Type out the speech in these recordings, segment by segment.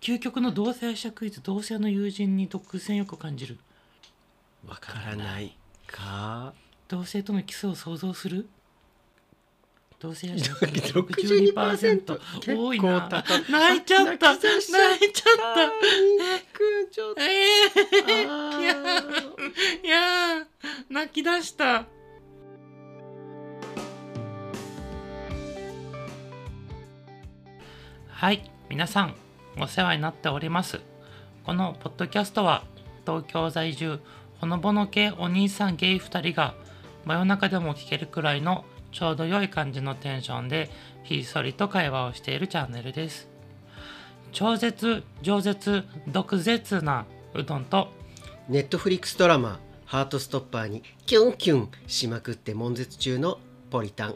究極の同性愛者クイズ同性の友人に独占欲を感じるわからないか同性とのキスを想像する同性愛者62%多い結構な高い泣いちゃった泣き出しちゃった泣いちゃったくちょっとえー、いやいやー泣き出したはい皆さんお世話になっておりますこのポッドキャストは東京在住ほのぼの系お兄さんゲイ2人が真夜中でも聞けるくらいのちょうど良い感じのテンションでひっそりと会話をしているチャンネルです超絶饒舌毒舌なうどんとネットフリックスドラマ「ハートストッパー」にキュンキュンしまくって悶絶中のポリタン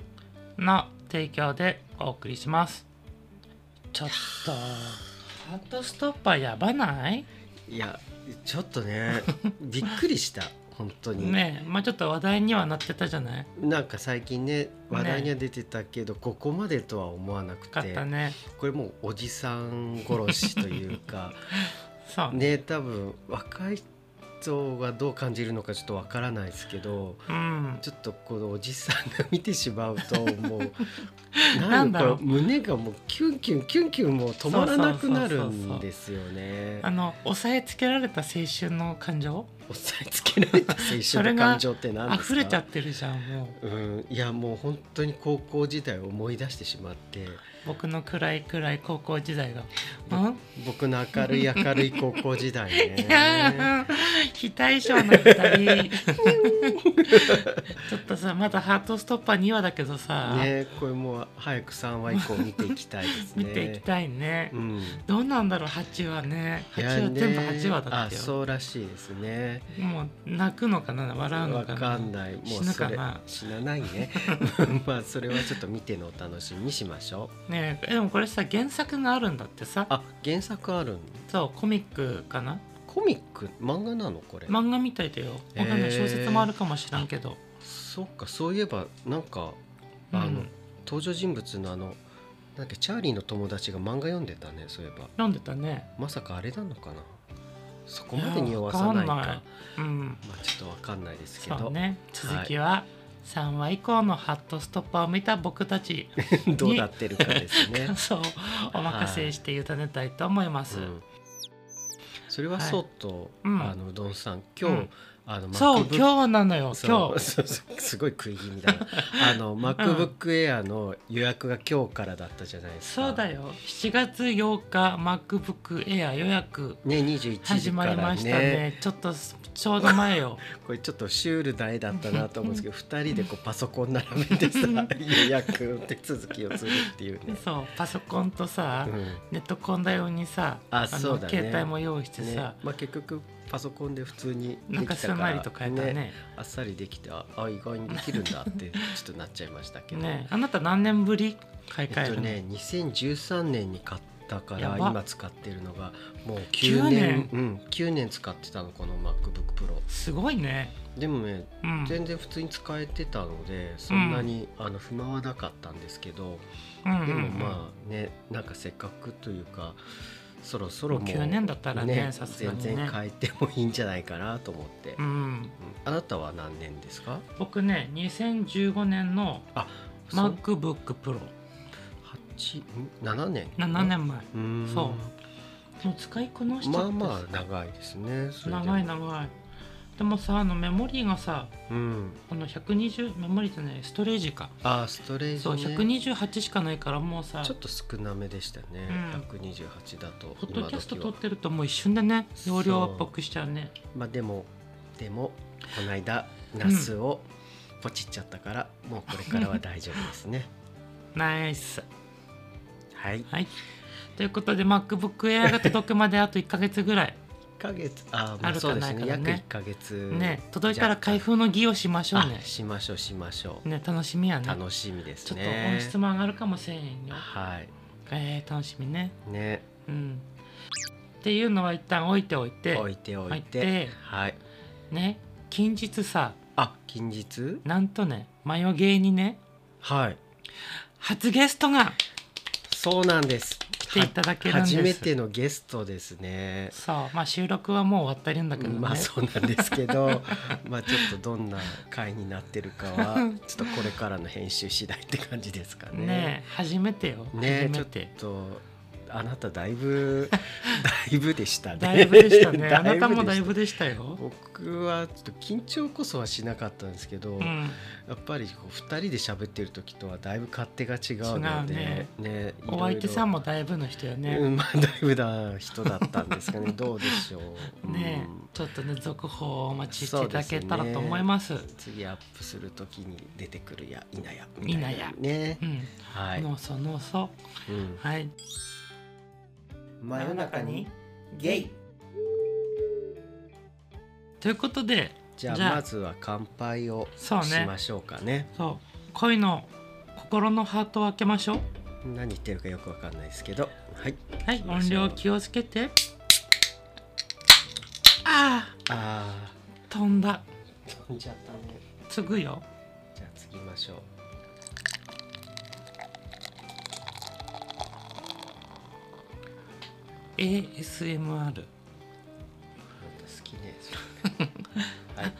の提供でお送りしますちょっとハートストッパーやばないいやちょっ とねびっくりした本当に、ねえまあちょっと話題にはなってたじゃないなんか最近ね話題には出てたけど、ここまでとは思わなく、かってたねこれもうおじさん殺しという かそうねね多分若い人がどう感じるのかちょっとわからないですけどうんちょっとこのおじさんが見てしまうともうな なんんだだろろうう胸がもうキュンキュンキュンキュンもう止まらなくなるんですよねあ。の抑えつけられた青春の感情押さえつけられた青春の感情って何ですか溢れちゃってるじゃんもううん、いやもう本当に高校時代を思い出してしまって僕の暗い暗い高校時代がうん僕の明るい明るい高校時 代いやーね。非対称の2人 ちょっとさまだ「ハートストッパー」2話だけどさ、ねこれもう早く3話以降見ていきたいです 見ね。ていきたいね、うんどうなんだろう8話ね8話全部8話だってあよそうらしいですね。もう泣くのかな笑うのわかなかんない。も死うぬそかれな死なな いね。まあそれはちょっと見てのお楽しみにしましょう。ねえでもこれさ原作があるんだってさあ原作あるんそうコミックかなコミック漫画なのこれ。漫画みたいだよへえわかんない小説もあるかもしれんけど、そっかそういえばなんかうんあの、登場人物のあのなんかチャーリーの友達が漫画読んでたねそういえば読んでたねまさかあれなのかなそこまでにわさないいやかわかんないうんまあちょっとわかんないですけそうど、ね続きは3話以降のハットストッパーを見た僕たち どうなってるかです ね感、想をお任せして委ねたいと思います、 うんそれはそうと、うんあのうどんさん今日、うんあのそう MacBook- 今日なのよ今そ日うそうそう すごい食い気味だなあの MacBook Air の予約が今日からだったじゃないですかそうだよ7月8日 MacBook Air 予約ね21時始かまりらましたねねちょっとちょうど前よ これちょっとシュールな絵だったなと思うんですけど二人でこうパソコン並べてさ予約手続きをするっていうね。 そうパソコンとさ、うんネットコンだ用にさあのそうだね携帯も用意してねさ、まあ、結局パソコンで普通になんでかきすたんかならりと変えたねねあっさりできてああ意外にできるんだってちょっとなっちゃいましたけど、あなた何年ぶり買いえ替っえるとの、ね2013年に買ったかやらば今使ってるのがもう9 9年年うん、9年使ってたのこの MacBookPro すごいねでもねうん全然普通に使えてたのでそんなに、あの不満はなかったんですけど、うんうんうんでもまあねなんかせっかくというかそろそろもう9年だったらねさすがにね全然変えてもいいんじゃないかなと思って、ううんん、あなたは何年ですか僕ね2015年のあ MacBookPro7 8ん7年年前うーんそもう使いこなしちゃっまてあさまあ長いですねそれでも長い長いでもさあのメモリーがさうんこの120メモリーってねストレージかあストレージ、ね、そう128しかないからもうさちょっと少なめでしたね、うん128だとポッ今時ドはキャスト撮ってるともう一瞬でね容量圧迫しちゃうねまあでもでもこの間ナスをポチっちゃったから、もうこれからは大丈夫です ねナイスはいはいということで MacBookAir が届くまであと1か月ぐらい1ヶ月あーあまあるそかうでなすいかねだね約1ヶ月ね届いたら開封の儀をしましょうねあしましょうしましょう、ね楽しみやね楽しみですちょっと音ね質も上がるかもしれんよはえー、楽しみねいねうんっていうのは一旦置いておいて置いておい置いててはいね近日さあ近日なんとねマヨゲーにねはい初ゲストがそうなんですていただけるんです初めてのゲストですね。そうまあ収録はもう終わってるんだけどね、まあそうなんですけど まあちょっとどんな回になってるかはちょっとこれからの編集次第って感じですかね。ねえ初めてよ、ね初ちょめってとあなただ いぶだいぶでしたね。だいぶでしたね だあぶでなしたたもだいぶでしたよ、僕はちょっと緊張こそはしなかったんですけど、うやん、っぱりこう2人で喋ってる時とはだいぶ勝手が違うので違うねねいろいろお相手さんもだいぶの人よね、うんまあ、だいぶな人だったんです かねどうでしょう。ねうんちょっとね続報をお待ちしていただけたらと思います。う次アップするときに出てくるや否否ややみたいなね。ん、はい。のそのそうんはい真夜中にゲイ。ということでじゃじゃああまずは乾杯をしそうねましょうかね。そう恋の心のハートを開けましょう何言ってるかよくわかんないですけど、はい。はい行きま音しょう量気をつけてああー飛んだあ飛んじゃったね。継ぐよじゃあ次行きましょう。 ASMR なんか好きね。 それはい。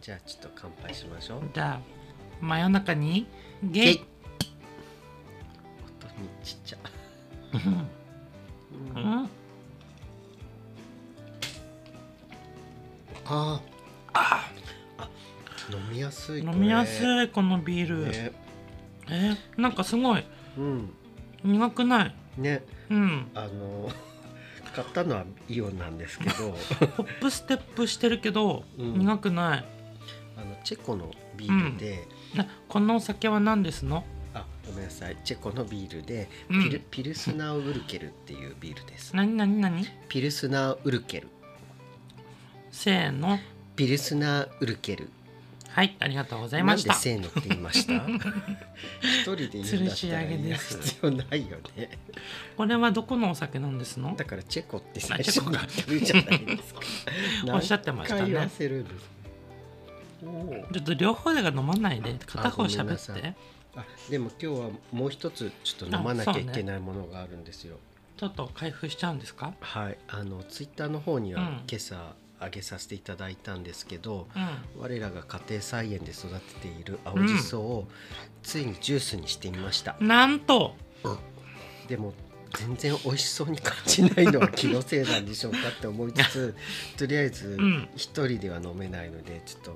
じゃあちょっと乾杯しましょう。じゃあ真夜中にゲゲイイ音にちっちゃ。うあんあ。あ飲みやすい。飲みやすい。いこのビール、ねえーなんかすごいうん。苦くないね。うんあの 買ったのはイオンなんですけ どホップステップしてるけど、うん苦くないあのチェコのビールで、なこのお酒は何ですのあごめんなさいチェコのビールでうんピル,、ピルスナーウルケルっていうビールです何何何ピルスナーウルケルせーのピルスナーウルケルはいありがとうございなまんしでたせーのって言いました一人で言うんだったら吊るし上げ言うです必要ないよねこれはどこのお酒なんですの だからチェコってあ最チ初ェコにか言ってるじゃないです かおっしゃってましたね何回言わせるんですかおーちょっと両方でが飲まないで片方ごめん喋なさっいてあでも今日はもう一つちょっと飲まなきゃいけないものがあるんですよ、ちょっと開封しちゃうんですかはいあのツイッターの方にうんは今朝あげさせていただいたんですけど、うん我らが家庭菜園で育てている青じそをついにジュースにしてみました、なんとでも全然美味しそうに感じないのは気のせいなんでしょうかって思いつ つとりあえずうん一人では飲めないのでちょっと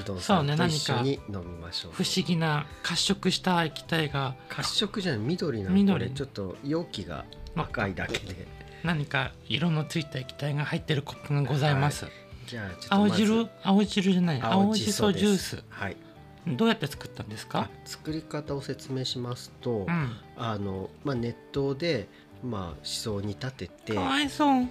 うどんさんそうねと一緒何かに飲みましょう不思議な褐色した液体が褐色じゃない緑なのこ緑れちょっと容器が赤いだけで。何か色のついた液体が入ってるコップがございます、じゃあちょっと青まず汁青汁じゃない青じそですジュースはいどうやって作ったんですあか作り方を説明しますと、うんあのまあ熱湯でまあ思想に立ててかはわいそううんい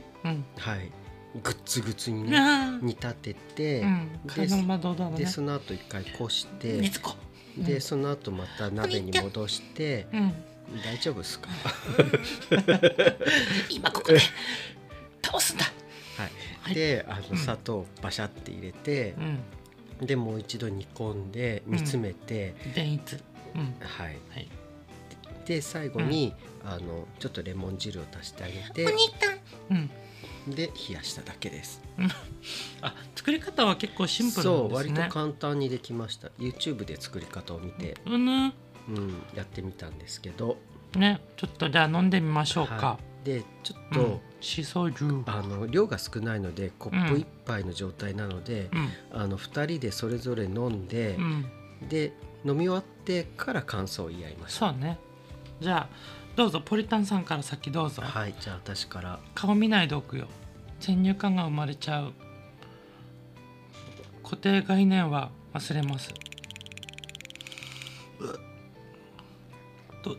グッツグツにねあ煮立てて、うんで体の窓だねでその後一回こして、熱子うんでその後また鍋に戻して、うん大丈夫ですか今ここで倒すんだはいであうんの砂糖をバシャって入れてう、んでもう一度煮込んで煮詰めて、電一うんはいはいで最後に、あのちょっとレモン汁を足してあげてうんで冷やしただけですあ作り方は結構シンプルそなう割んですとね簡単にできました YouTube で作り方を見て、うんねうん、やってみたんですけどねちょっとじゃあ飲んでみましょうかは、いでちょっうと、ん、しそ汁うんあの量が少ないのでコッうんプ一杯の状態なので、あの2人でそれぞれ飲んでう、んで飲み終わってから感想を言い合いましたそうねじゃあどうぞポリタンさんから先どうぞはいじゃあ私から顔見ないでおくよ先入観が生まれちゃう固定概念は忘れますど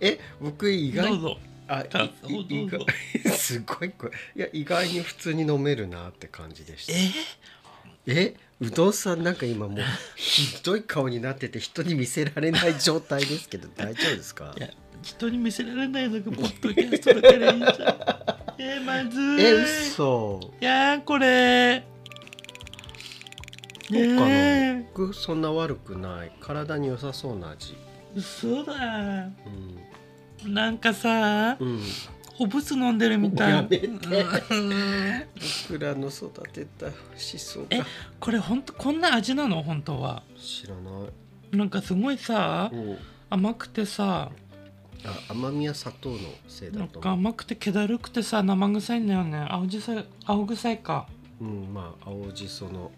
え僕意ど外うぞあ感い想いど意 うぞ外すごいこれいや意外に普通に飲めるなって感じでしたえうどんさんなんか今もうひどい顔になってて人に見せられない状態で すけど大丈夫ですかいや人に見せられないのがポッドキャストだからいいじゃんえー、まずいえ嘘いやーこれどうかなね僕そんな悪くない体に良さそうな味え嘘だうんなんかさうん、おぶつ飲んでるみたいやめてうん僕らの育てた思想えがこれほんとこんな味なの本当は知らない、なんかすごいさうん、甘くてさあ甘みは砂糖のせいなだんとか思甘くて気だるくてさ生臭いんだよね青じさい青臭いかう、うん、まあ青じその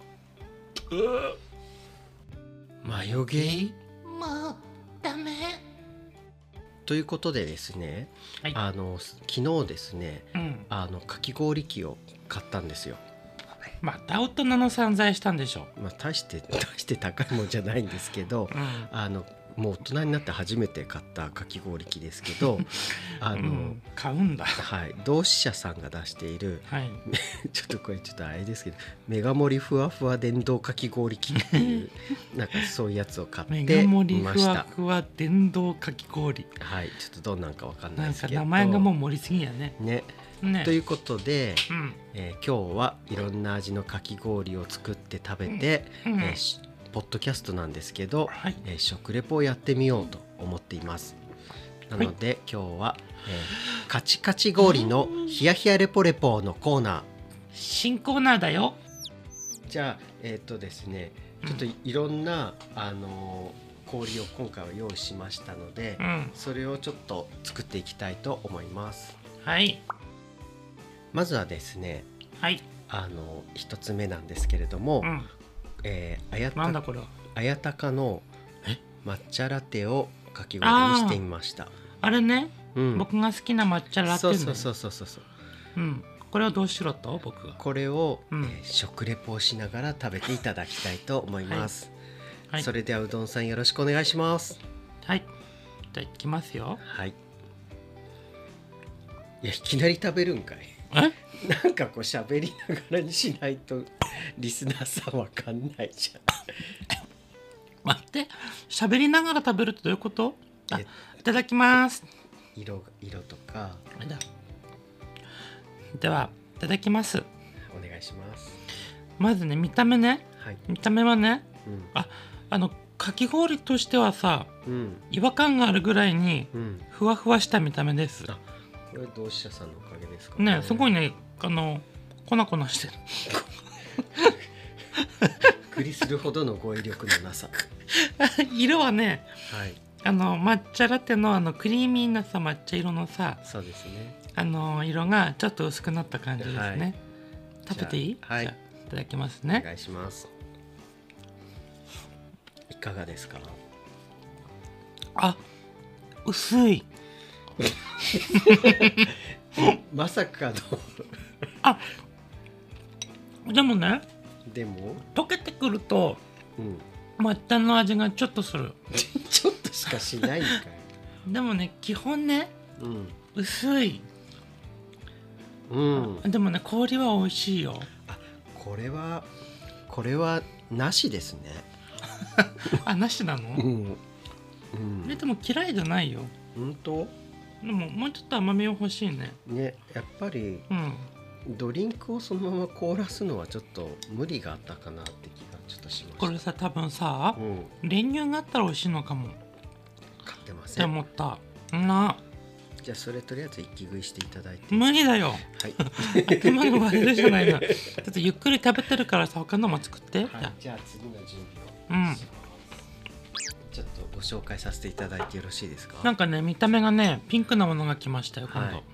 うーマヨゲイもうダメということでですね、はいあの昨日ですねうんあのかき氷機を買ったんですよ、また大人の散財したんでしょまあ、大して 大して高いもんじゃないんですけどうんあのもう大人になって初めて買ったかき氷機ですけ どあの、うん買うんだはい、同志社さんが出しているはいちょっとこれちょっとあれですけどメガ盛りふわふわ電動かき氷機っていうなんかそういうやつを買メっガて盛りみまふしわた。ふわ電動かき氷はい、ちょっとどんなんかわかんないなんですかけど名前がもう盛りすぎやねね、ねということで、うんえー今日はいろんな味のかき氷を作って食べて、うんえーしポッドキャストなんですけど、はいえー食レポをやってみようと思っていますなので、今日は、えーカチカチ氷のヒヤヒヤレポレポのコーナ新コーナーだよーじゃあえーっとですねうんちょっといいろんな、あのー氷を今回は用意しましたので、うんそれをちょっと作っていきたいと思いますはいまずはですねはいあのー一つ目なんですけれども、うんえーあやたなんだこれはあやたかの抹茶ラテをかき氷にしてみました。あれねうん、僕が好きな抹茶ラテそンうだそうよそうそうそうそう。うんこれをどうしろと僕がこれを、うんえー食レポをしながら食べていただきたいと思います。はいそれではうどんさんよろしくお願いします。はいじゃあいきますよはい。いやいきなり食べるんかい。 えなんかこう喋りながらにしないとリスナーさんわかんないじゃん。待って喋りながら食べるってどういうことあえいただきます色が色とかではいただきますお願いします。まずね見た目ねはい。見た目はねうんあのかき氷としてはさうん違和感があるぐらいにうん。ふわふわした見た目ですあこれ同志社さんのおかげですかねすごいねあの粉粉してる びっくりするほどの語彙力のなさ色はねはいあの抹茶ラテのあのクリーミーなさ抹茶色のさそうですねあの色がちょっと薄くなった感じですね、はい食べていいじゃあはいじゃあいただきますおね願いしますいかがですかあ薄いまさかのでもねでも、溶けてくるとうん、抹茶の味がちょっとするちょっとしかしないんかい、でもね基本ねうん薄いうん、でもね氷は美味しいよこれはこれはなしですねあなしなのんうえんでも嫌いじゃないよ本当でももうちょっと甘みを欲しいねねやっぱりうんドリンクをそのまま凍らすのはちょっと無理があったかなって気がちょっとしましたこれさ多分さうん練乳があったら美味しいのかもっ買ってませてん思ったなじゃあそれとりあえず一気食いしていただいて。無理だよはい。頭の割れるじゃないのちょっとゆっくり食べてるからさ他のも作って、じゃ じゃあ次の準備を。あうんちょっとご紹介させていただいてよろしいですか。なんかね見た目がねピンクなものが来ましたよ今度、はい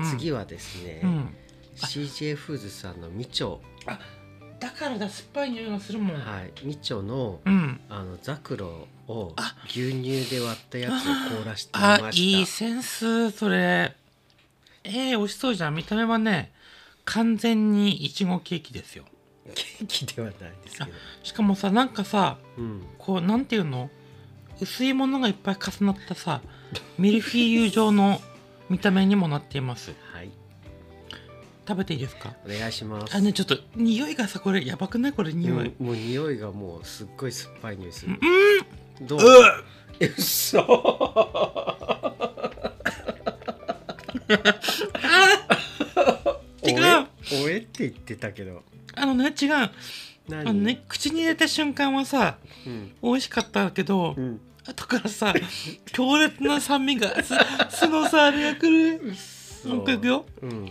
うん、次はですね、うん、 CJ フーズさんのみちょ、だからだ酸っぱい匂いがするもん、はい、みちょのうんあのザクロをあ牛乳で割ったやつを凍らしてみあまいいしセンスそれえー、美味しそうじゃん見た目はね完全にいちごケーキですよた。 ケーキではないですけど。しかもさなんかさうん。こうなんていうの薄いものがいっぱい重なったさミルフィーユ状の見た目にもなっていますはい。食べていいですかお願いします。あのねちょっと匂いがさこれやばくないこれ匂い、うんもう匂いがもうすっごい酸っぱい匂いする。うんどう？え嘘。違うおえ。おえって言ってたけど。あのね違うあ何のね口に入れた瞬間はさうん。美味しかったけどうん。だからさ強烈な酸味が酢酢のさあれがくるうっそもう一回いくようんう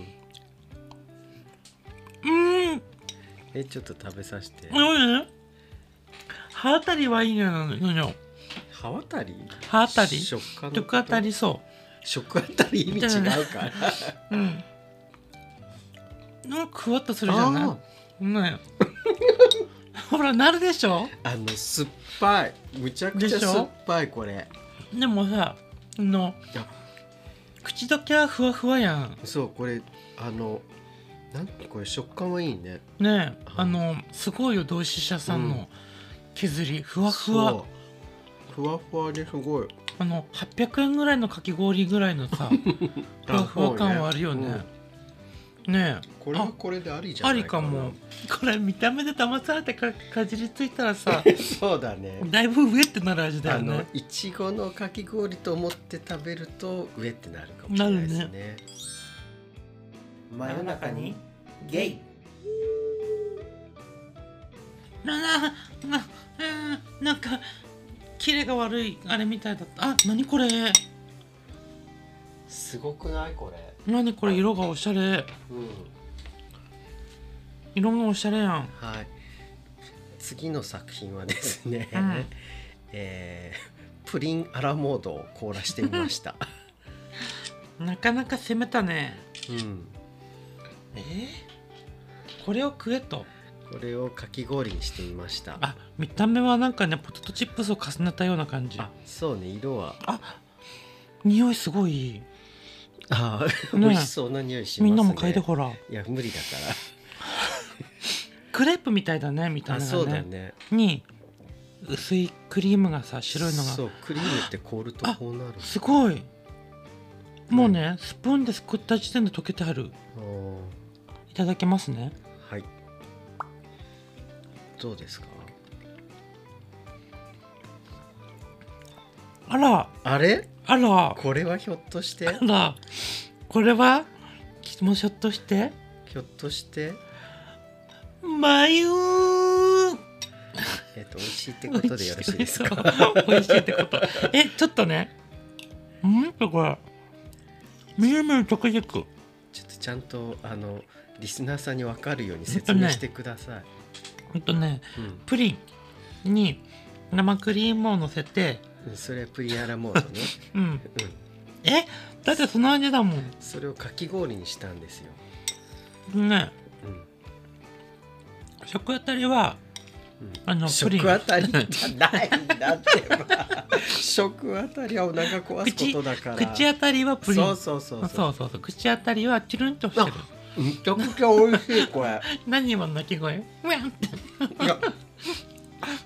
ーんえちょっと食べさせてうん歯あたりはいいのよのよ歯渡り歯あたり食感のこと食あたりそ食あたり意味 違うからううんなんかふわっとするじゃないあね ほらなるでしょーあの酸っぱいむちゃくちゃでしょ酸っぱいこれでもさあのいや口どけはふわふわやんそうこれあのなんこれ食感はいいねねえうんあのすごいよ同志社さんうんの削り、ふわふわそうふわふわですごいあの800円ぐらいのかき氷ぐらいの さふわふわ感はあるよねうんねこれはこれでありじえあゃないりかもこれ見た目で騙されてかかじりついたら さ そうだねだいぶ上ってなる味だあよのねいちごのかき氷と思って食べると上ってなるかもしれないですねなる真夜中にゲイなななうんなんかキレが悪いあれみたいだったあ何これすごくないこれ何これ色がおしゃれうん色もおしゃれやんはい次の作品はですね、うん えープリンアラモードを凍らしてみ ました、なかなか攻めたねうん、えこれを食えとこれをかき氷にしてみましたあ見た目はなんかねポテトチップスを重ねたような感じあそうね色は匂いすごいあーね 美味しそうな匂いしますねみんなも嗅いでほらいや無理だかクレープみたいだね見たらあ目そうがだねねに薄いクリームがさ白いのそがうクリームって凍るとこうなるすごいもうねスプーンですくった時点で溶けてあるあーいただけますねはいどうですかあらあれあらこれはひょっとし てあらこれはきもうひょっとしてひょっとしてまゆーえっ、と美味しいってことでよろしいですか美味しいってことえちょっとねうんとこれみるみる溶けてくちょっとちゃんとあのリスナーさんに分かるように説明してください、ほんとねうんプリンに生クリームを乗せてうん、それはプリンアラモードね、うんうん、えだってその味だもんそれをかき氷にしたんですよ、ねうん食あたりはうんあのプリン食あたりじゃないんだってば食あたりはお腹壊すことだから口当たりはプリンそうそうそうあそうそうそう口当たりはチュルンとしてるめちゃくちゃ美味しいこれ何今の鳴き声うわんっていや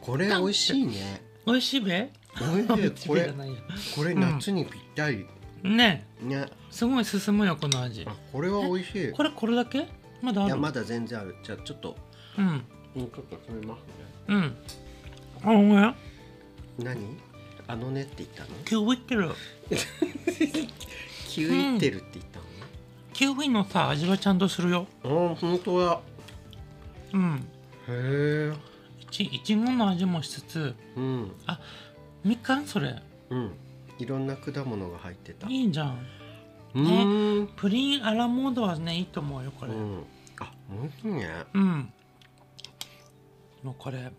これ美味しいね美味しいべ美味しいこ口れじゃないよこれ夏にぴったり、ねねすごい進むよこの味あこれは美味しいこれこれだけまだあいるやまだ全然あるじゃあちょっとうんうんちょっと食べますねうんあお前何あのねって言 ったのキウイってるキウイってるって言ったキウイのさ味はちゃんとするよの、あ本当だうんへえいちいちごの味もしつつうんみかんそれうんいろんな果物が入ってたいいじゃんうーんプリンアラモードはねいいと思うよこれうん、ん、あ美味しい ねもうこれ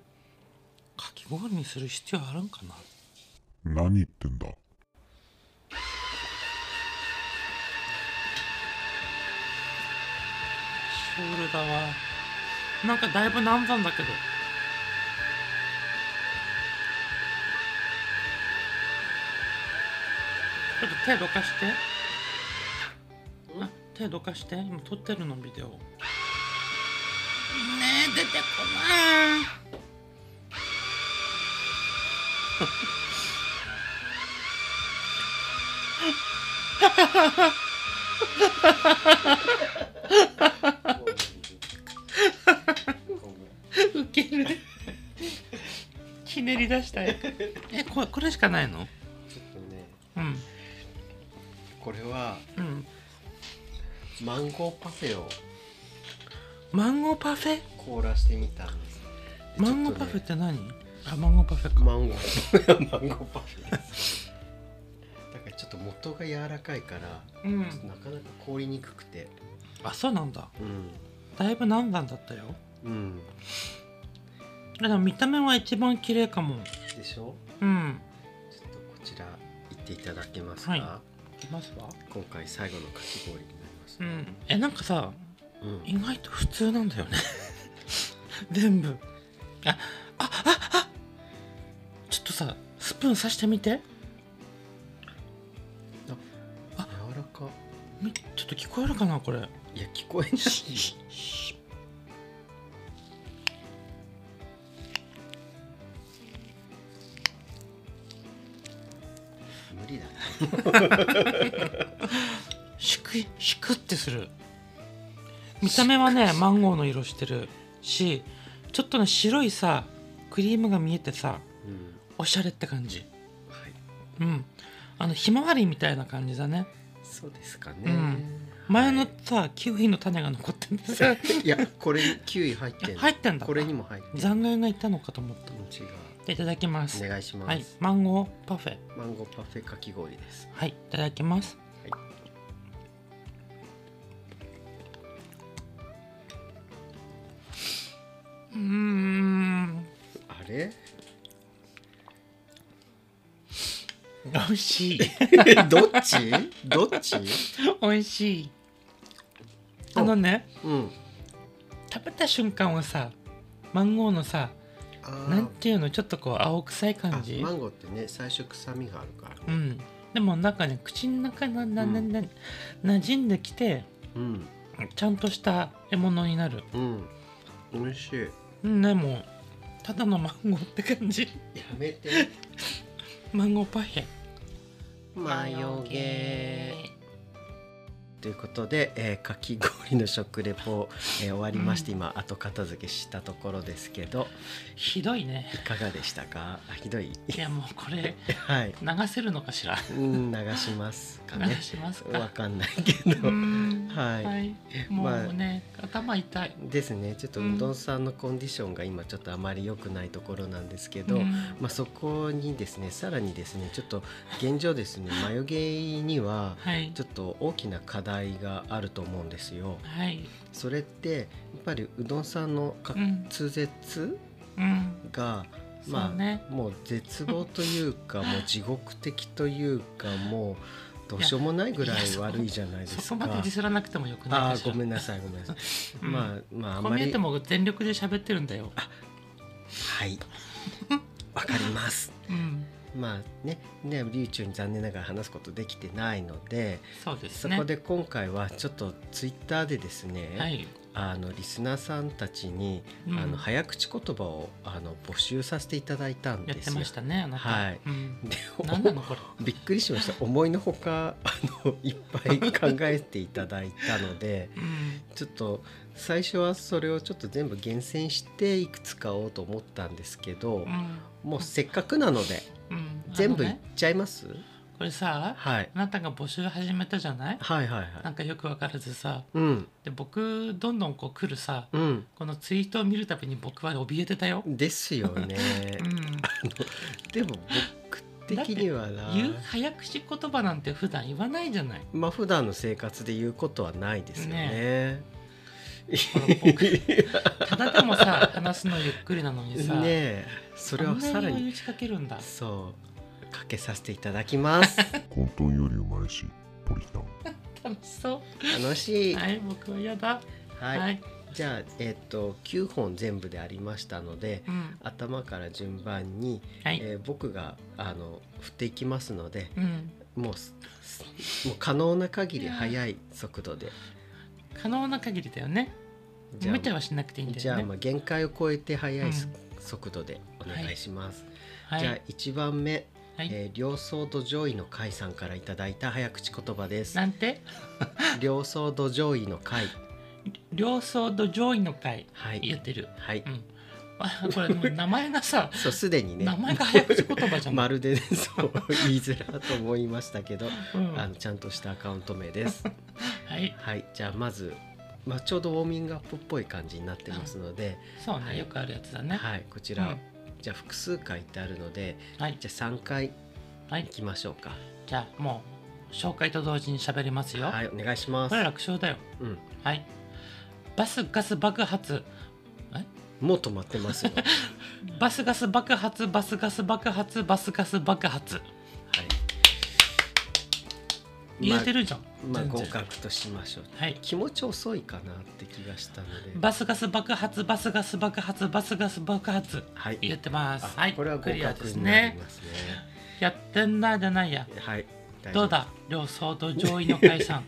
かき氷にする必要あるんかな何言ってんだシュールだわなんかだいぶ難産だけどちょっと手どかしてあ手どかして今撮ってるのビデオねえ出てこないウケるひねり出した いえここれしかないのちょっとねうんこれはうんマンゴーパフェをマンゴーパフェ凍らしてみたんですでマンゴーパフェっちょっとねて何あマンゴーパフェかマンゴー マンゴーパフェですだからちょっと元が柔らかいからうんちょっとなかなか凍りにくくてあそうなんだうんだいぶ難産だったようんでも見た目は一番綺麗かもでしょうんちょっとこちら行っていただけますか、は行きますわ今回最後のかき氷になりますうねんえなんかさうん意外と普通なんだよね 全部ああああちょっとさスプーン刺してみて柔らかみちょっと聞こえるかなこれいや聞こえない無理だねシュクイシュクってする見た目はねマンゴーの色してるしちょっとね白いさクリームが見えてさうんおしゃれって感じはいうんあのひまわりみたいな感じだねそうですかね、うん前のさキウイの種が残ってんです いやこれにキウイ入ってる入ってんだこれにも入ってる残骸がいたのかと思った違うでいただきますお願いします、はいマンゴーパフェマンゴーパフェかき氷ですはいいただきます、はいうーんあれ 美味しいどっちどっち 美味しいあのねうん食べた瞬間はさマンゴーのさあなんーていうのちょっとこう青臭いあ感じマンゴーってね最初臭みがあるからうねんでもなんかね口の中になななな馴染んできてうんちゃんとした獲物になるうん美味しいうんでもただのマンゴーって感じ やめてマンゴーパフェマヨゲーということで、えーかき氷の食レポ、えー終わりまして、今後片付けしたところですけどひどいねいかがでしたかあひどいいやもうこれはい流せるのかし らうん流しますかね流しますわかかんないけうど、んはいいもうね、頭痛いですねちょっとうんうどんさんのコンディションが今ちょっとあまり良くないところなんですけど、うんまあ、そこにですねさらにですねちょっと現状ですね眉毛にははいちょっと大きな課題があると思うんですよ。はいそれってやっぱりうどんさんの滑うん舌うんが、まあそうねもう絶望という かもう地獄的というかもうどうしようもないぐらいやいそこ悪いじゃないですか。そこまでディスらなくてもよくないあかあしらごめんなさいごめんなさい。うんまあまああこんうま見えりても全力で喋ってるんだよはいわかります。うんまあねね流中に残念ながら話すことできてないのでそうですそねこで今回はちょっとツイッターでですね、はいあのリスナーさんたちに、うんあの早口言葉をあの募集させていただいたんやっでてすよ。ましたねあなたはいうんで何なのこれびっくりしました思いのほかあのいっぱい考えていただいたのでうんちょっと最初はそれをちょっと全部厳選していくつ買おうと思ったんですけど、もうせっかくなのでうんうん全部あいのっねちゃいます、これさはい、あなたが募集始めたじゃないはいはいはないんかよくわからずさうんで僕どんどんこう来るさうんこのツイートを見るたびに僕は怯えてたよ、ですよ ねうん、でも僕的にはな言う早口言葉なんて普段言わないじゃ ないまあ普段の生活で言うことはないですよね。ただでもさ話すのゆっくりなのにさ、ねえそれをさらあんなにに打ちかけるんだそうかけさせていただ きます。混沌より生まれしポリタン楽しそ楽しうい。はい僕は嫌だは、はいい、じゃあえっ、と9本全部でありましたのでうん頭から順番に、はい、えー僕があの振っていきますのでうんもうすすもう可能な限り速い速度で。可能な限りだよねじゃあ無茶はしなくていいんだじゃよあねまあ限界を超えて速いすうん速度でお願いします。はいじゃあ1番目、はいえー両層土壌医の会さんからいただいた早口言葉ですな。んて両層土壌医の会。両層と上位の回はい。言ってる、はい。うん、あこれもう名前がさそうすでにね。名前が早口言葉じゃん、まるで、ね、そう言いづらと思 いましたけど、うんあのちゃんとしたアカウント名 です。はいはい。じゃあまず。まあ、ちょうどウォーミングアップっぽい感じになってますので、そうね、はいよくあるやつだね、はい、こちら、うんじゃあ複数回ってあるのではいじゃあ3回はいいきましょうかじゃあもう紹介と同時に喋りますよ、はいお願いしまこすれ楽勝だようんはいバスガス爆発もう止まってま すよはいバスガス爆発バスガス爆発バスガス爆発言えてるじゃん、まあ全合然格としましょうはい気持ち遅いかなって気がしたのでバスガス爆発バスガス爆発バスガス爆発はい言ってますあはいこれは合クリアで格すになりねますねやってんなじゃないやはい大丈夫どうだ両総と上位の解散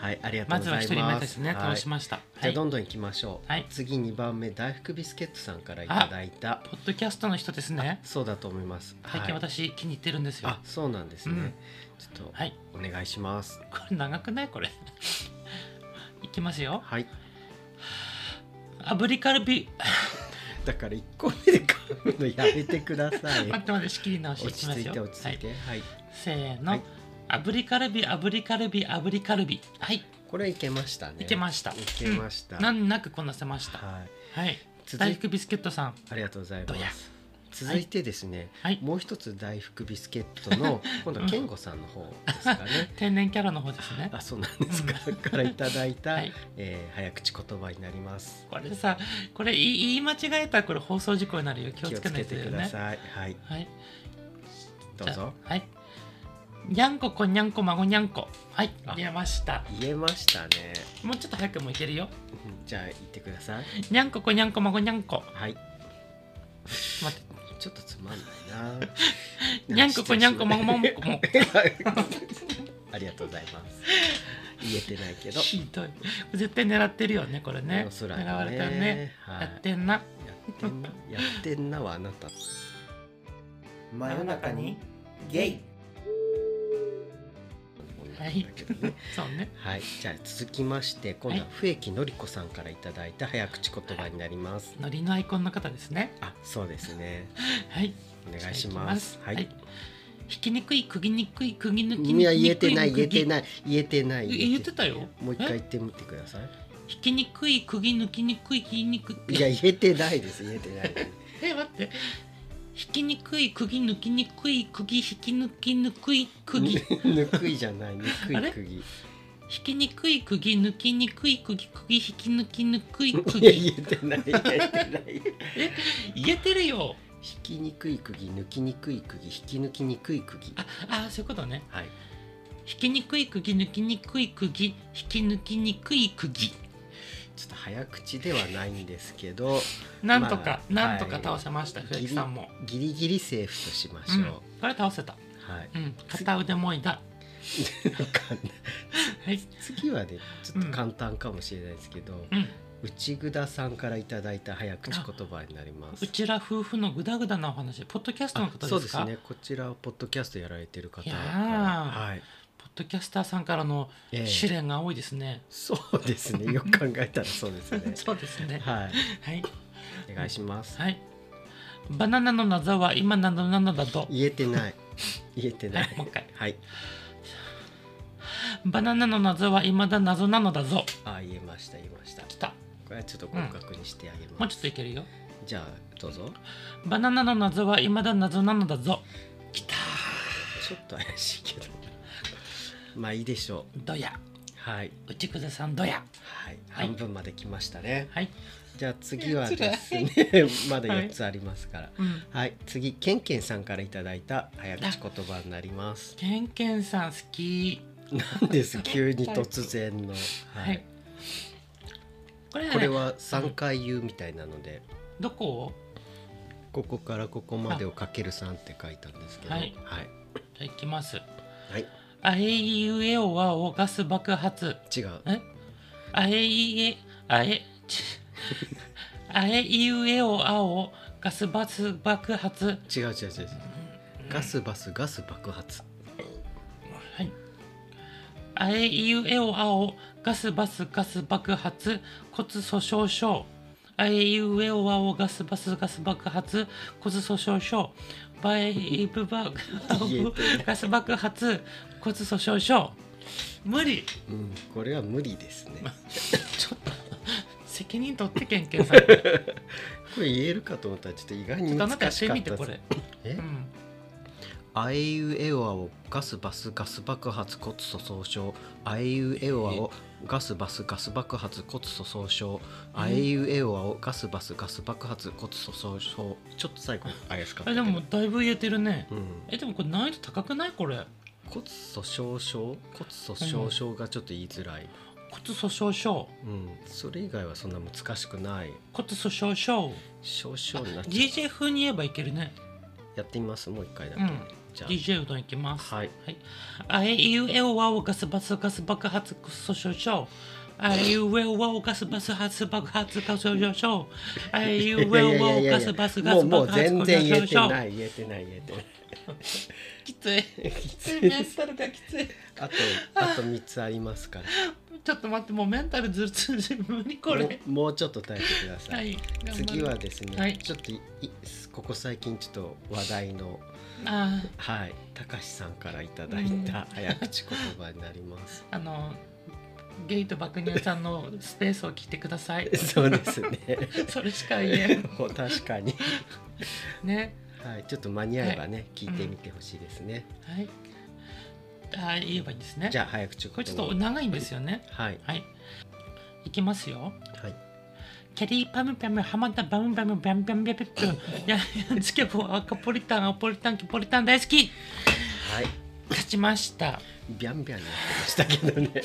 はいありがとうまごずざいはま一す人目ですねはい倒しましたじはゃあいどんどん行きましょう、はい次2番目大福ビスケットさんからいただいたポッドキャストの人ですねそうだと思います最はい近私気に入ってるんですよあそうなんですね、うんちょっはいとお願いしますこれ長くないこれ いきますよはいアブリカルビだから1個目で噛むのやめてくださ い待って待って仕切り直し落ち着いきますてよ落ち着いてはい、はい、せーの、はい炙りカルビ炙りカルビ炙りカルビはいこれいけましたねいけましたいけました、難なくこなせましたはいはい続大い福ビスケットさんありがとうございどやます続いてですね、はいもう一つ大福ビスケッ トの今度は健吾さんの方ですかね天然キャラの方ですねあそうなんですか からいただいた、はいえー早口言葉になりますこれさこれ言い言い間違えたらこれ放送事故になるよ気を気をつけつないとけてだよくだねさいはいはいどうじゃぞあはいにゃんここにゃんこ孫にゃんこはいあ入れました言えましたねもうちょっと早くもいけるようんじゃあ言ってくださいにゃんここにゃんこ孫にゃんこはい待ってちょっとつまんないな にゃんここにゃんこ孫ももももありがとうございます言えてないけどひどい絶対狙ってるよねこれ ねおそらく狙われたよね、はい、やってんなやってんなやってんなはあなた真ゲイはいそうねはい、じゃあ続きまして今度は笛木のりこさんからいただいた早口言葉になります、ノリのアイコンの方ですねあそうですねはいお願いしますじゃあはいいきい引きにくい釘にくい釘抜きにくいいや言えてない言えていない言えてないえ言ってたよもう一回言えってみてください引きにくい釘抜きにくい筋肉いや言えてないです言えてないですえ待って引きにくい釘抜きにくい釘引き抜きにくい 釘引ぬくいじゃないぬくあいれ釘きにくい釘抜きにくい釘釘引き抜きにくいいや釘言えてない言えてない言えてるよ引きにくい釘抜きにくい釘引き抜きにくい釘ああそういうことねはい引きにくい釘抜きにくい釘引き抜きにくい釘ちょっと早口ではないんですけどなんとか、まあなんとか倒せました、はいふえきさんも、ギリギリセーフとしましうんょこれ倒せた、う、はいうん、片腕もいだわかんないはい、次はねちょっと簡単かもしれないですけど、うん、内蔵さんからいただいた早口言葉になりますうちら夫婦のグダグダなお話ポッドキャストのあ方ですかそうですねこちらをポッドキャストやられてるい方やからーはい、ポッドキャスターさんからのええ試練が多いですね、そうです ねよく考えたらそうですねそうですねはいはい、お願いしますはい、バナナの謎は今なのなのだと言えてない言えてないはいもう一回はいバナナの謎は今だ謎なのだぞあ言えました言えましたこきたれはちょっと合格にしてあげもうます、ちょっといけるよじゃあどうぞバナナの謎は今だ謎なのだぞきたちょっと怪しいけどまあいいでしょどやうはい内くさんどやはい、はい半分まで来ましたねはい、じゃあ次はですねまだ4つありますからうん、はい、次ケンケンさんからいただいた早口言葉になりますケンケンさん好きな んです急に突然の、ははいい、これ,、これは3回言うみたいなのでどこをここからここまでをかける3って書いたんですけどははいいじゃあいきますはいあえいうえおわおガス爆発違うえあえいえあえちあえいうえおあおガスバス爆発違う違う違う違うガスバスガス爆発はいあえいうえおあおガスバスガス爆発骨粗しょう症あえいうえおあおガスバスガス爆発骨粗しょう症バイブバ言えガス爆発骨粗しょう症無理うんこれ は無理ですねちょっと責任取ってけんけんさんここれ言えるかと思ったらちょっと意外ちょにっとあ難なしたかっやってたみてこですれ。えうんあえいうえおあをガスバスガス爆発骨粗鬆症あえいうえおあをガスバスガス爆発骨粗鬆症あえいうえおあをガスバスガス爆発骨粗鬆症ちょっと最後怪しかったえけどでもだいぶ言えてるね。うん、えでもこれ難易度高くないこれ。骨粗鬆症骨粗鬆症がちょっと言いづらい、骨粗鬆症。うん、それ以外はそんな難しくない骨粗鬆症。少々になっちゃ DJ 風に言えばいけるね。うやってみますもう一回だうけ、ん。じゃ DJ うどんいきまあす。はいあえいうえおわおガスバスガス爆発骨粗鬆症。あいうえおわおガスバスガス爆発骨粗鬆症。あいうえおわおガスバスガもうスも爆う発全骨然言え粗て鬆な症。い言えてない言えてないきつい。きついメンタルがきつい。あとあと3つありますからちょっと待ってもうメンタルずるつる無理こもれ。うもうちょっと耐えてくださ、はいい。頑張る次は。ですね、はいちょっといいここ最近ちょっと話題のあーはいたかしさんからいただいた早口言葉になります、。あのゲイと爆乳さんのスペースを聞いてくださいそうですねそれしか言えん。もう 確かにね。はいちょっと間に合えばね、聞いてみてほしいですね、はい。あー言えばいいんですね。じゃゃあ早口言葉これちょっと長いんですよね。はいはい。いきますよ。はいキャリーパムパムハマダバムバムバムバムバムバムいやつけぼアカポリタンアポリタンキポリタン大好きはい勝ちましたビャンビャンになってましたけどね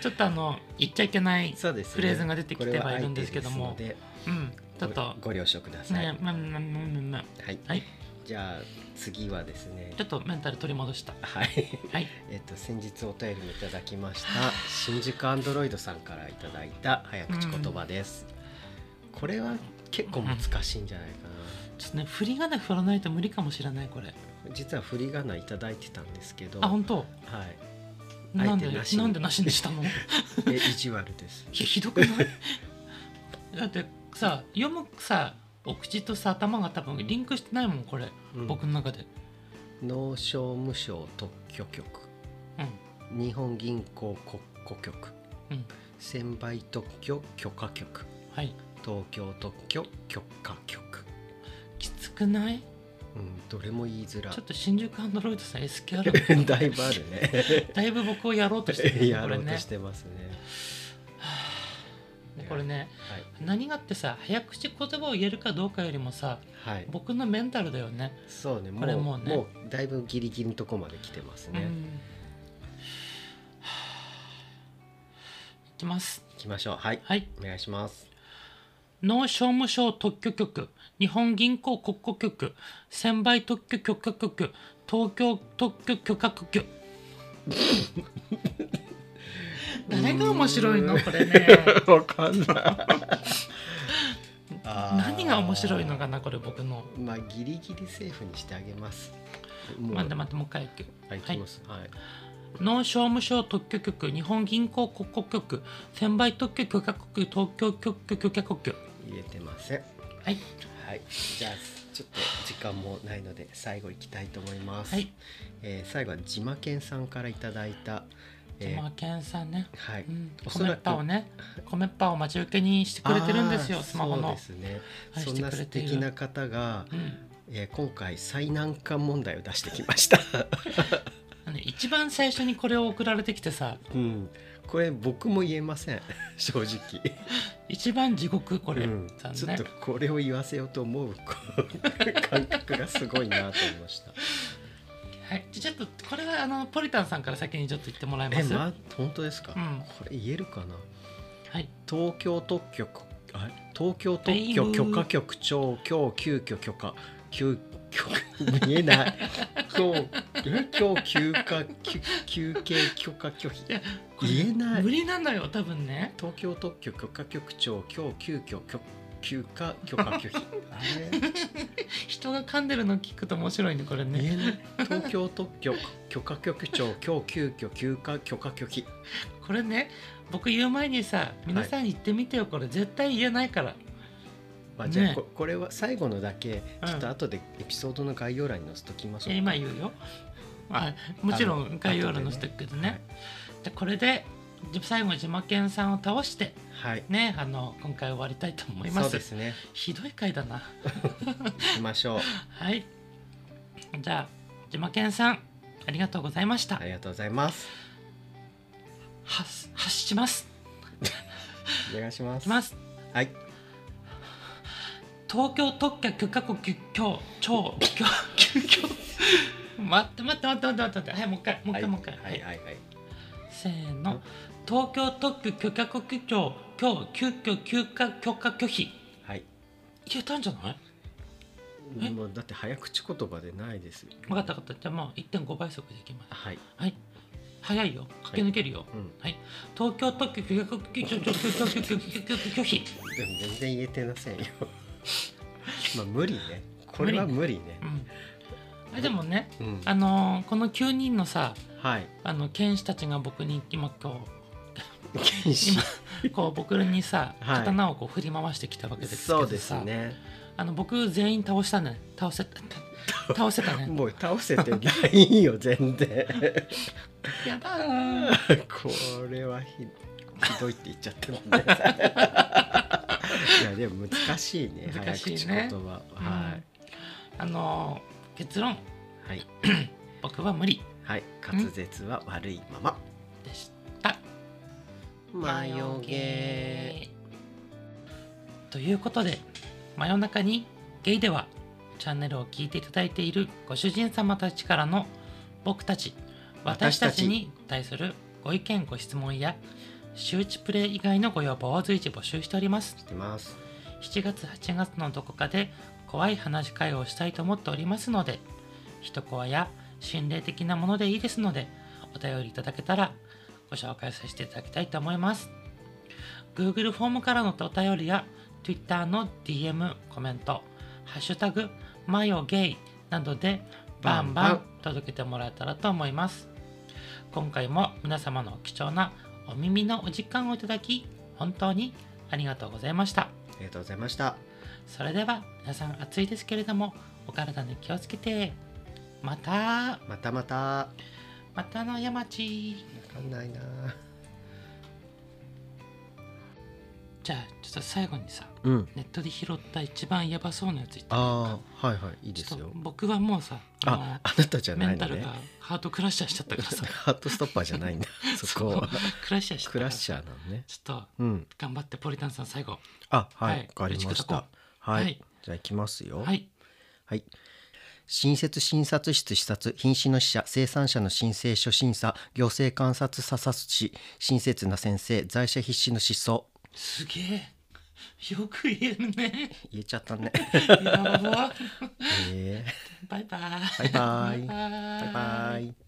ちょっとあの言っちゃいけないそうですねフレーズが出てきてはいるんですけどもこれはうんちょっ相手ですのとでごご了承ください、ねまあまあまあまあまあはい、はいじゃあ次はですねちょっとメンタル取り戻したはい はいえっと先日お便りもいただきました新宿アンドロイドさんからいただいた早口言葉です、これは結構難しいんじゃないかちょっとね振り仮名振らないと無理かもしれないこれな実は振り仮名いただいてたんですけどあはい本当なんで相手なしになんでなしにしたの いやえ意地悪です ひどくないだってさ読むさお口とさ頭が多分リンクしてないもんこれ、うん僕の中で農商無償特許局う日本銀行国庫局んうん専売特許許可局はい東京特許許可局きつくないうんどれも言いづらちょっと新宿アンドロイドさん SQL い だいぶあ るねだいぶ僕をやろうとしてるねやころれうとねしてますね。これねはい何がってさ早口言葉を言えるかどうかよりもさはい。僕のメンタルだよねそうね。これももううねもうだいぶギリギリのとこまで来てますうね。んいきます行きましょう。はい。はいお願いします。農商務省特許局日本銀行国庫局専売特許許可局東京特許許可局 誰が面白いのこれねわか んない。 何が面白いのか。なこれ僕のまあギリギリセーフにしてあげます。もう待って待ってもう一回行くはい。行きます。はい。農商務省特許局日本銀行国庫局専売特許許可局東京特許許可局言えてません。はいはい。じゃあちょっと時間もないので最後行きたいと思います。はい。えー最後はジマケンさんからいただいた。ジえーマケンさんねはい。うんおそ米らっくぱをね米っぱを待ち受けにしてくれてるんですあよースマホのそうですねはいそんしてな素くれている敵な方が、うんえー今回最難関問題を出してき ました、あのね一番最初にこれを送られてきてさうん、これ僕も言えません 正直、一番地獄これ、うんさんちょっねとこれを言わせようと思うこう感覚がすごいなと思い ましたはいじゃあちょっとこれはあのポリタンさんから先にちょっと言ってもらえまえす、ま本当ですか、うんこれ言えるかなはい東京特許こあ東京特許許可局長今日急遽許可急遽 見えない今日え今日休暇休休憩許可拒否言えない無理なのよ多分ね東京特許許可局長今日急遽許休暇許可 拒否あれ人が噛んでるの聞くと面白いねこれね言えない東京特許許可局長今日急遽休暇許可拒否これね僕言う前にさ皆さん言ってみてよこれ絶対言えないからまあじゃあねこ,、これは最後のだけうんちょっと後でエピソードの概要欄に載せときましいょうやか今言うよ、まあ、もちろん概要欄の人だけどね、はいじゃあこれでじ最後ジマケンさんを倒してはいねあの今回終わりたいと思いまそすうですねひどい回だな行きましょうはいじゃあジマケンさんありがとうございました、ありがとうございます発発しますお願いしまいすきますはい東京特許許可国急遽超急遽急遽待って待って待って待って待ってはいもう一回もう一回、もう一回、はいはいはいはいせーの東京特許許可国庁今日急遽休暇許可拒否いはいけたんじゃないえもうだって早口言葉でないですよ分かった分かったじゃあまあ1.5倍速でいきますはいはい早いよ駆け抜けるようんはい、東京特許許可国庁拒拒否でも全然言えてませんよ まあ無理ねこれは無理ねうんでもねうんあのーこの9人のさはいあの剣士たちが僕に今今日剣士こう僕にさ、はい刀をこう振り回してきたわけですけどそさうですねあの僕全員倒したね倒せた倒せたねもう倒せてないよ全 然やだーこれはひひ どいって言っちゃったもんねいやでも難しいね難しいね早口言葉はあのー結論いはい僕は無理はい滑舌は悪いままでしたということで真夜中にゲイではチャンネルを聞いていただいているご主人様たちからの僕たち私私たたちちに対するご意見ご質問や周知プレイ以外のご要望を随時募集しておりますしてます7月8月のどこかで怖い話会をしたいと思っておりますので一コアや心霊的なものでいいですのでお便りいただけたらご紹介させていただきたいと思います Google フォームからのお便りや Twitter の DM コメント「ハッシュタグマヨゲイ」などでバンバン届けてもらえたらと思います今回も皆様の貴重なお耳のお時間をいただき本当にありがとうございましたありがとうございましたそれでは皆さん暑いですけれどもお体に気をつけてまたまたまたまたの山地わかんないなじゃあちょっと最後にさうんネットで拾った一番やばそうなやつ言ってああはいはいいいでちょすっとよ僕はもうさあああなたじゃのメなンいタのルねがハートクラッシャーしちゃったからさハートストッパーじゃないんだ そこそうはクラッシャーしちゃったクかラらッシャーなのねちょっとうん頑張ってポリタンさん最後あははい、いわかりまし打ち砕たこはい、はいじゃあ行きますよはいはい新設診察室視察瀕死の死者生産者の申請書審査行政観察査察士親切な先生在者必至の失踪すげえよく言える ね言えちゃったねやばえバイバイバイバイバイバイー、バイバイ